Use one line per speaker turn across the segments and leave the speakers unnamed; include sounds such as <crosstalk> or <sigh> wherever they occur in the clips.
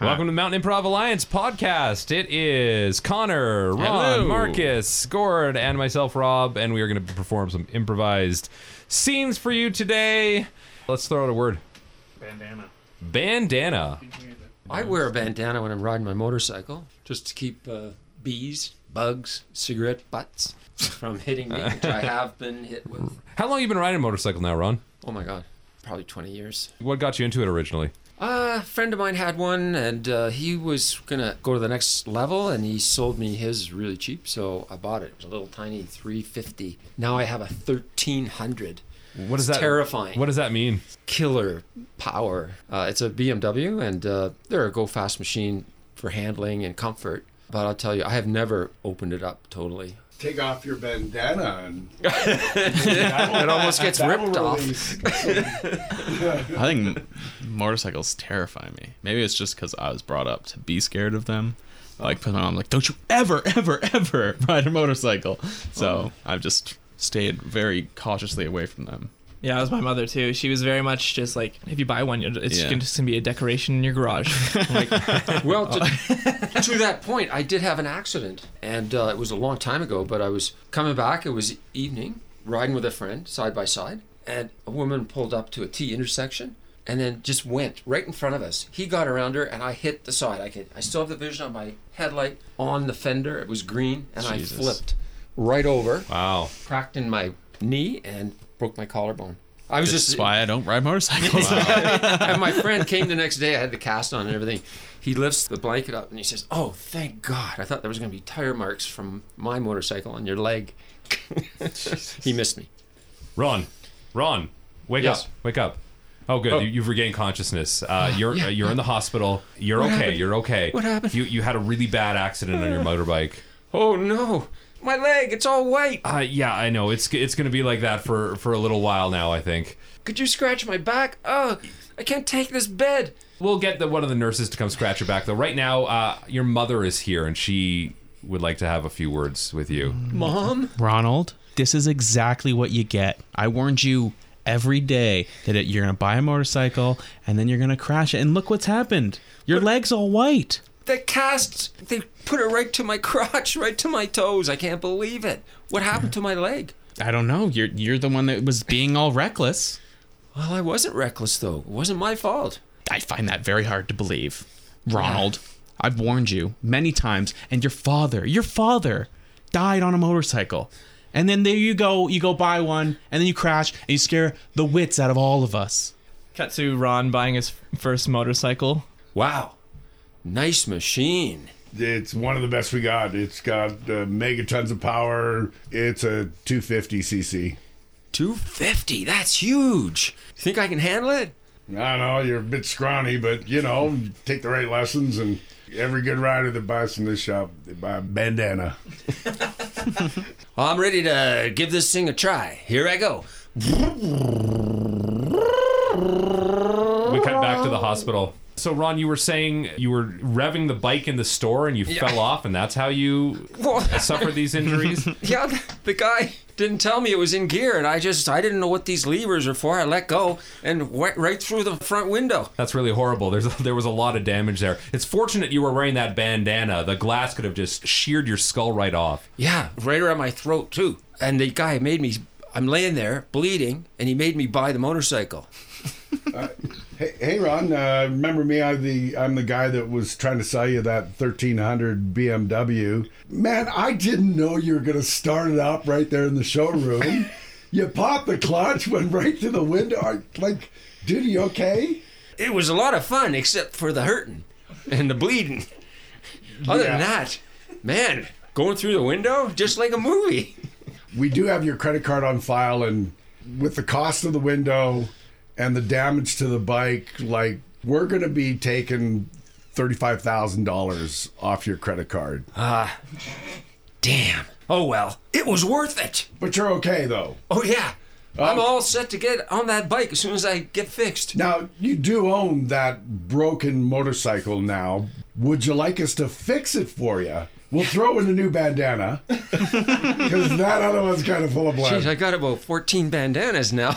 Welcome to Mountain Improv Alliance podcast. It is Connor, Ron,
Hello.
Marcus, Gord, and myself, Rob, and we are going to perform some improvised scenes for you today. Let's throw out a word.
Bandana.
Bandana.
I wear a bandana when I'm riding my motorcycle just to keep uh, bees, bugs, cigarette butts from hitting me, which I have been hit with.
How long you been riding a motorcycle now, Ron?
Oh my God, probably 20 years.
What got you into it originally?
Uh, a friend of mine had one and uh, he was going to go to the next level and he sold me his really cheap, so I bought it. It was a little tiny 350. Now I have a 1300.
What does
It's
that
terrifying.
What does that mean?
killer power. Uh, it's a BMW, and uh, they're a go fast machine for handling and comfort. But I'll tell you, I have never opened it up totally.
Take off your bandana and
It almost gets ripped off.
I think m- motorcycles terrify me. Maybe it's just because I was brought up to be scared of them. Like, 'cause my mom, like, don't you ever, ever, ever ride a motorcycle. So I've just stayed very cautiously away from them.
Yeah, it was my mother too. She was very much just like, if you buy one, you'll- it's
Yeah.
just gonna be a decoration in your <laughs> garage. I'm like,
Well, to, <laughs> to that point, I did have an accident, and uh, it was a long time ago. But I was coming back. It was evening, riding with a friend, side by side, and a woman pulled up to a T intersection, and then just went right in front of us. He got around her, and I hit the side. I could, I still have the vision of my headlight on the fender. It was green, and
Jesus.
I flipped right over,
Wow.
cracked in my knee, and broke my collarbone. I was
This
just
is why I don't ride <laughs> motorcycles.
and my friend came the next day. I had the cast on and everything. He lifts the blanket up and he says, "Oh, thank God! I thought there was going to be tire marks from my motorcycle on your leg." <laughs> he missed me.
Ron, Ron, wake
Yes.
up, wake up. Oh, good. You, you've regained consciousness. Uh, you're uh, you're in the hospital. You're okay.
happened?
You're okay.
What happened? Uh.
You you had a really bad accident on your motorbike.
Oh no, my leg! It's all white.
Uh, yeah, I know. It's it's gonna be like that for for a little while now. I think
Could you scratch my back? Oh, I can't take this bed.
we'll get the one of the nurses to come scratch your back though. Right now, uh, your mother is here and she would like to have a few words with you.
Mom,
Ronald, this is exactly what you get. I warned you every day that it, you're going to buy a motorcycle and then you're going to crash it. And look what's happened. Your leg's all white.
the cast—they put it right to my crotch, right to my toes. I can't believe it. What happened to my leg?
I don't know. You're you're the one that was being all reckless.
Well, I wasn't reckless though. It wasn't my fault.
I find that very hard to believe. Ronald, I've warned you many times, and your father, your father died on a motorcycle. And then there you go, you go buy one, and then you crash, and you scare the wits out of all of us.
cut to Ron buying his first motorcycle.
Wow, nice machine.
It's one of the best we got. It's got uh, megatons of power. It's a 250cc.
250. That's huge. You think I can handle it?
I know you're a bit scrawny, but you know, take the right lessons. And every good rider that buys from this shop, they buy a bandana.
Well, I'm ready to give this thing a try. Here I go. <laughs>
We cut back to the hospital. So Ron, you were saying you were revving the bike in the store and you fell off, and that's how you
Well,
suffered these
<laughs>
injuries.
yeah, the guy didn't tell me it was in gear, and I just I didn't know what these levers were for. I let go and went right through the front window.
That's really horrible. There's <laughs> there was a lot of damage there. It's fortunate you were wearing that bandana. The glass could have just sheared your skull right off.
Yeah, right around my throat too. And the guy made me. I'm laying there bleeding, and he made me buy the motorcycle.
Hey, hey Ron, uh, remember me? I'm the I'm the guy that was trying to sell you that 1300 BMW. Man, I didn't know you were gonna start it up right there in the showroom. you popped the clutch, <laughs> went right to the window. I- Like, dude, you okay?
It was a lot of fun, except for the hurting and the bleeding. <laughs> Other than
Yeah.
that, man, going through the window just like a movie.
We do have your credit card on file, and with the cost of the window and the damage to the bike, like we're gonna be taking thirty-five thousand dollars off your credit card.
Damn. Oh well, it was worth it.
But you're okay though.
Oh yeah. I'm
Oh.
all set to get on that bike as soon as I get fixed.
Now, you do own that broken motorcycle now. Would you like us to fix it for you? We'll throw in a new bandana because that other one's kind of full of blood.
Jeez, I got about 14 bandanas now.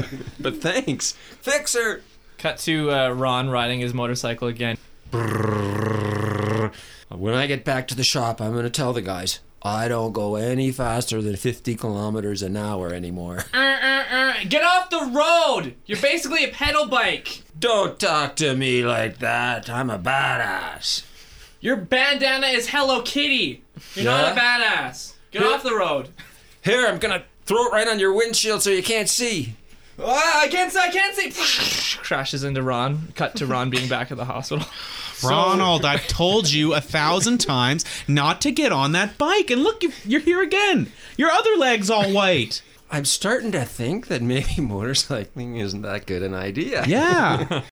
<laughs> but thanks. Fixer.
Cut to uh, Ron riding his motorcycle again.
Brrrr. When I get back to the shop, I'm going to tell the guys I don't go any faster than 50 kilometers an hour
<laughs>
anymore.
Uh, uh, uh, Get off the road! You're basically a pedal bike.
Don't talk to me like that. I'm a badass.
Your bandana is Hello Kitty. You're not a badass. Get off the road.
Here, I'm going to throw it right on your windshield so you can't see.
Ah, I can't see. I can't see. <laughs> Crashes into Ron. Cut to Ron being back at the hospital.
Ronald, I've told you a thousand times not to get on that bike. And look, you- you're here again. Your other leg's all white.
<laughs> I'm starting to think that maybe motorcycling isn't that good an idea.
Yeah.